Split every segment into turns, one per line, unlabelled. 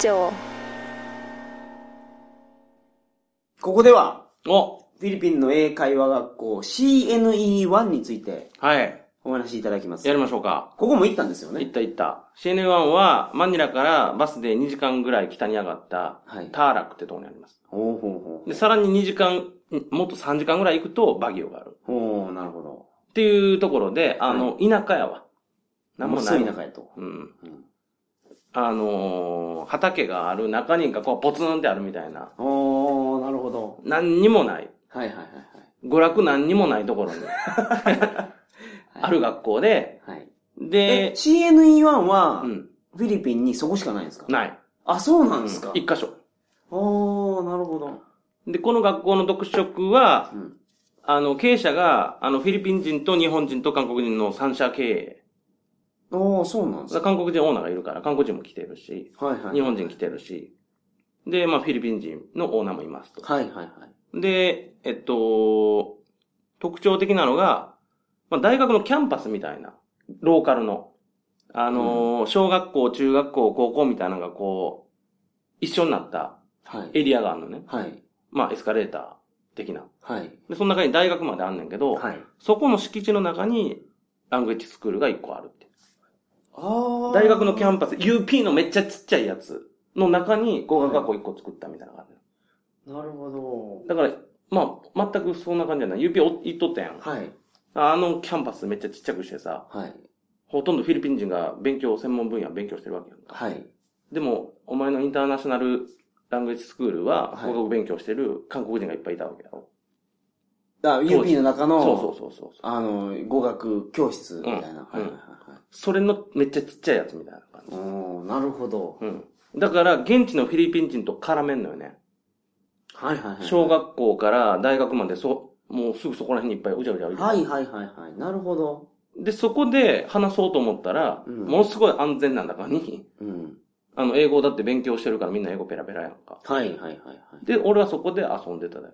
長
ここでは、
お
フィリピンの英会話学校 CNE1 について
はい。
お話しいただきます
や。りましょうか。
ここも行ったんですよ
行っ
ね。
た行った。CNN1 は、マニラからバスで2時間ぐらい北に上がった、
はい
ターラクってとこにあります。
ほうほうほう。
で、さらに2時間、もっと3時間ぐらい行くと、バギオがある。
ほう、なるほど。
っていうところで、あの、田舎やわ。なんも
もう
な
す
い
ぐ。中へと。
うん。
うん
あのー畑がある中に、こう、ポツンってあるみたいな。
おー、なるほど。
何にもない。
はいはいはいはい。
娯楽何にもないところに、ある学校で、
はい。え、
で、
CNE1 は
う、ん、
フィリピンにそこしかないんですか
ない。
あ、そうなん
うん
ですか
一箇所。
おー、なるほど。
で、この学校の特色は
う、ん。
あの、経営者が、あの、フィリピン人と日本人と韓国人の三者経営。
おー、そうなんですか
韓国人オーナーがいるから、韓国人も来てるし、
はいはい。
日本人来てるし、で、まあ、フィリピン人のオーナーもいますと。
はいはいはい。
で、えっと、特徴的なのが、まあ、大学のキャンパスみたいな、ローカルの。あのー小学校、中学校、高校みたいなのがこう、一緒になった
はい。
エリアがあるのね。
はい。
まあ、エスカレーター的な。
はい。
で、その中に大学まであんねんけど、
はい。
そこの敷地の中に、ラングエッジスクールが一個あるって。
あー。
大学のキャ
ン
ンパス、UP のめっちゃちっちゃいやつの中に語学学校一個作ったみたいな感じ。
なるほ
だから、まあ、全くそんな感じじゃない。UP お行っとったやん
ど。。はい。
あのキャンパスめっちゃちっちゃくしてさ、
はい。
ほとんどフィリピン人が勉強、専門分野勉強してるわけやんか。
はい。
でも、お前のインターナショナルラングエッジスクールは、
はい
語学勉強してる韓国人がいっぱいいたわけやろ。
あ、UP の中の、
そうそうそうそう。
あの、語学教室みたいな。
うん
はいはいはいはい。
それのめっちゃちっちゃいやつみたいな感じ。
おー、なるほど。
うん。だから、現地のフィリピン人と絡めんのよね。
はいはいはい。
小学校から大学まで、そ、もうすぐそこら辺にいっぱいうじゃうじゃいる。
はいはいはいはい。なるほど。
で、そこで話そうと思ったら、
うん
ものすごい安全な中に、
うん。
あの、英語だって勉強してるからみんな英語ペラペラやんか。
はいはいはいはい。
で、俺はそこで遊んでただ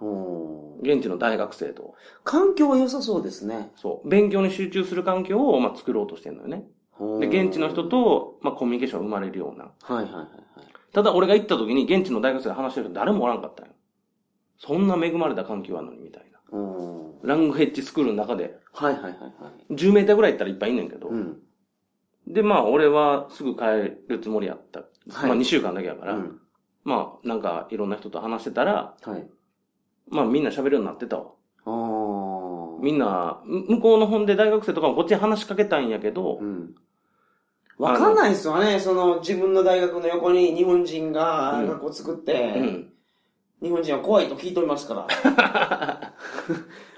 おー
け。現地の大学生と。
環境は良さそうですね。
そう。勉強に集中する環境を、まあ、作ろうとしてるのよね。
お
で、
ー
現地の人。と、まあ、コミュニケーションが生まれるような。
はいはいはいはい。
ただ、俺が行った時に、現地の大学生が話してる人誰もおらんかったんよ。そんな恵まれた環境あるのに、みたいな。
おー
ラングヘッジスクールの中で、
はいはいはいはい。
10メーターぐらい行ったらいっぱいいんねんけど。
うん。
で、まあ、俺はすぐ帰るつもりやった。
はい
まあ、2週間だけやから。
うん
まあ、なんか、いろんな人と話してたら、
はい。
まあ、みんな喋るようになってたわ。
おー
みんな、む向こうの本で大学生とかもこっちに話しかけたんやけど、
うん。わかんないですよね。その、自分の大学の横に日本人が
うん
学校作っ
う
て、
ん。
日本人は怖いと聞いておりますから。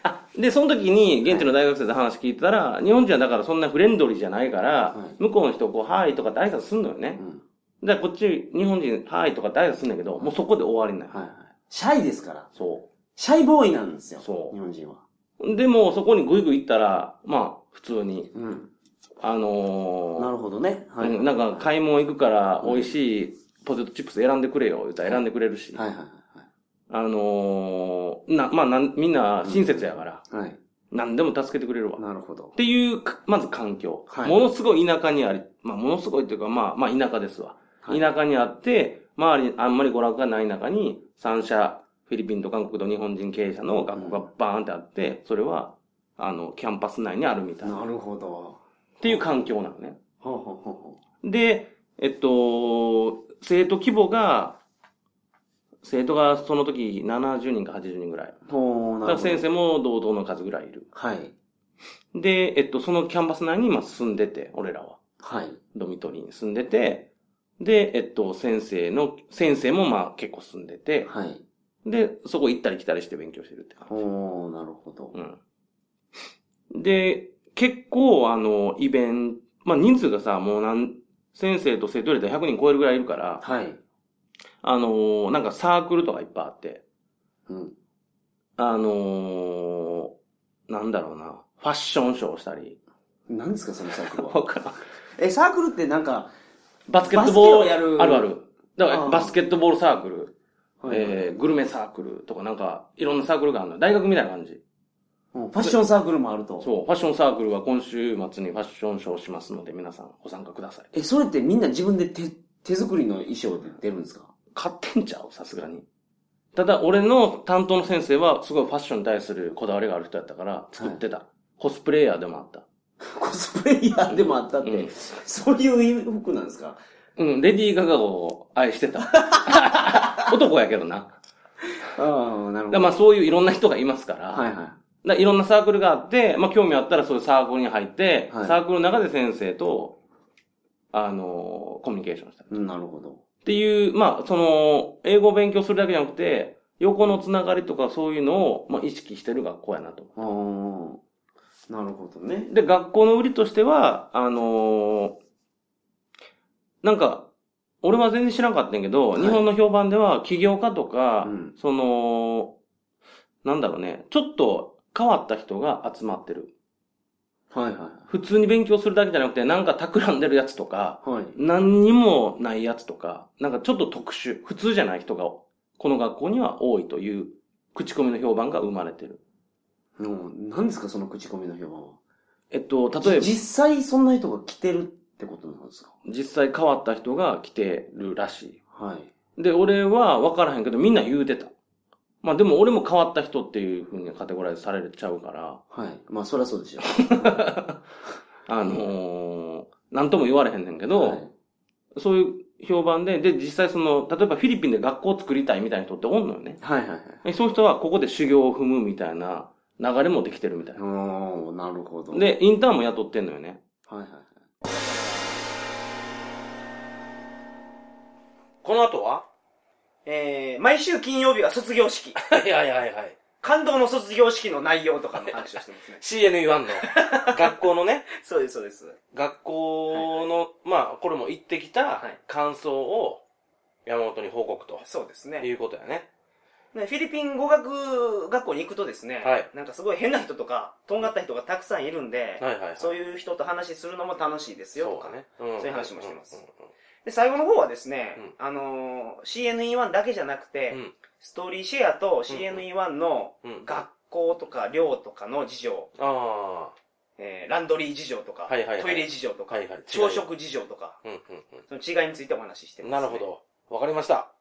あ、で、その時に、現地の大学生と話聞いてたら、日本人はだからそんなフレンドリーじゃないから、
はい
向こうの人、こう、はーいとかって挨拶すんのよ
う
ね。
ん
で、こっち、日本人、はーいとかって挨拶すんだけど、もうそこで終わりなん
はい
よ。
はい。シャイですから。
そ
シャイボーイなんですよ。
そう
日本人は。
う。でも、そこにグイグイ行ったら、まあ、普通に、
うん。
あのー
なるほどね。はい。
うんなんか、買い物行くから、美味しいポテトチップス選んでくれよ、言ったら選んでくれるし。
はいはいは
あのーな、まあなん、みんな親切やから、
いはい。はい。
何でも助けてくれるわ。っ
なるほど。
ていうか、まず環境。
はい
ものすごい田舎にあり、まあ、ものすごいというか、まあ、まあ、田舎ですわ。
はい
田舎にあって、周りにあんまり娯楽がない中に、三社、フィリピンと韓国と日本人経営者の学校がバーンってあって、それは、あの、キャンパス内にあるみたいな。っ
なるほど。
ていう環境なのね。
ほうほうほうほ
で、えっと、生徒規模が、生徒がその時70人か80人ぐらい。
う。ほう、な
だ
る
から
ほど。
先生も同等の数ぐらいいる。
はい。
で、えっと、そのキャンパス内に今住んでて、俺らは。
はい。
ドミトリーに住んでて、で、えっと、先生の、先生もまあ結構住んでて、
はい。
で、そこ行ったり来たりして勉強してるって感じ。
ほう、なるほど。
うん。で、結構あの、イベント、まあ人数がさ、もうなん、先生と生徒入れたら100人超えるぐらいいるから、
はい。
あのーなんかサークルとかいっぱいあって、
うん。
あのーなんだろうな、ファッションショーしたり、
何ですか、そのサークル
わ
は。
からん
え、サークルってなんか、
バスケットボー
バ
ル。
スケをやる
あるある。だか
あ
ら、
あ
バスケットボールサークル、
はい
えー、グルメサークルとかなんか、いろんなサークルがあるの。大学みたいな感じ。
うんファッションサークルもあると。
そう、ファッションサークルは今週末にファッションショーしますので、皆さんご参加ください。
え、それってみんな自分で手、手作りの衣装で出るんですか
買ってんちゃうさすがに。ただ、俺の担当の先生は、すごいファッションに対するこだわりがある人やったから、作ってた。コスプレイヤーでもあった。
コスプレイヤーでもあったって、
うん
そういう服なんですか
うん、レディー・ガガを愛して た。男やけどな。だか
ああ、なるほ
ら
ど。
まあそういういろんな人がいますから、
はいは
だからいろんなサークルがあって、まあ興味あったらそういうサークルに入って、
はい
サークルの中で先生と、あのーコミュニケーションしたり。
い。うんなるほど。
っていう、まあその、英語を勉強するだけじゃなくて、横のつながりとかそういうのを、まあ、意識してる学校やなと。
ああ、なるほどね。
で、学校の売りとしては、あのーなんか、俺は全然知らんかったんやけど、
はい
日本の評判では起業家とか、
うん
その、なんだろうね、ちょっと変わった人が集まってる。
はいはい。
普通に勉強するだけじゃなくて、なんか企んでるやつとか、
はい。
何にもないやつとか、なんかちょっと特殊、普通じゃない人が、この学校には多いという、口コミの評判が生まれてる。
うん何ですかその口コミの評判は。
えっと、例えば
じ、実際そんな人が来てるってことなんですか
実際変わった人が来てるらしい。
はい。
で、俺は分からへんけど、みんな言うてた。まあでも俺も変わった人っていう風にカテゴライズされちゃうから、
はい。まあ、そりゃそうでしょ。
あのー、なんとも言われへんねんけど、
はい
そういう評判で、で、実際その、例えばフィリピンで学校作りたいみたいな人っておんのよね。
はいはいはい。
でそういう人はここで修行を踏むみたいな流れもできてるみたいな。
おー、なるほど。、
で、インターンも雇ってんのよね。
はいはいはい。
この後 は
えー、毎週金曜日は卒業式。
はいはいはいはい。。
感動の卒業式の内容とかの話をしてますね
CNU1 の学校のね、
そうです、そうです。
学校の、まあ、これも行ってきた
はい
感想を山本に報告と
そうです
い
ね。
うことやね。
ねフィリピン語学学校に行くとですね、
はい
なんかすごい変な人とか、とんがった人がたくさんいるんで、
はいはいはい。
そういう人と話するのも楽しいですよと
そう
か
だね。
そういう話もしてます
うんうんうん
で、最後の方はですね、あのー CNE1 だけじゃなくて、
うん
ストーリーシェアと CNE1 の
うんうん
学校とか寮とかの事情、
あ
えーランドリー事情とか、
はいはいはい
トイレ事情と
あ。
か、
はいはい。
朝食事情とか、
違う。うんうん
その違いについてお話しして
う
ま
ん。
す、
なるほ。ど。わかりました。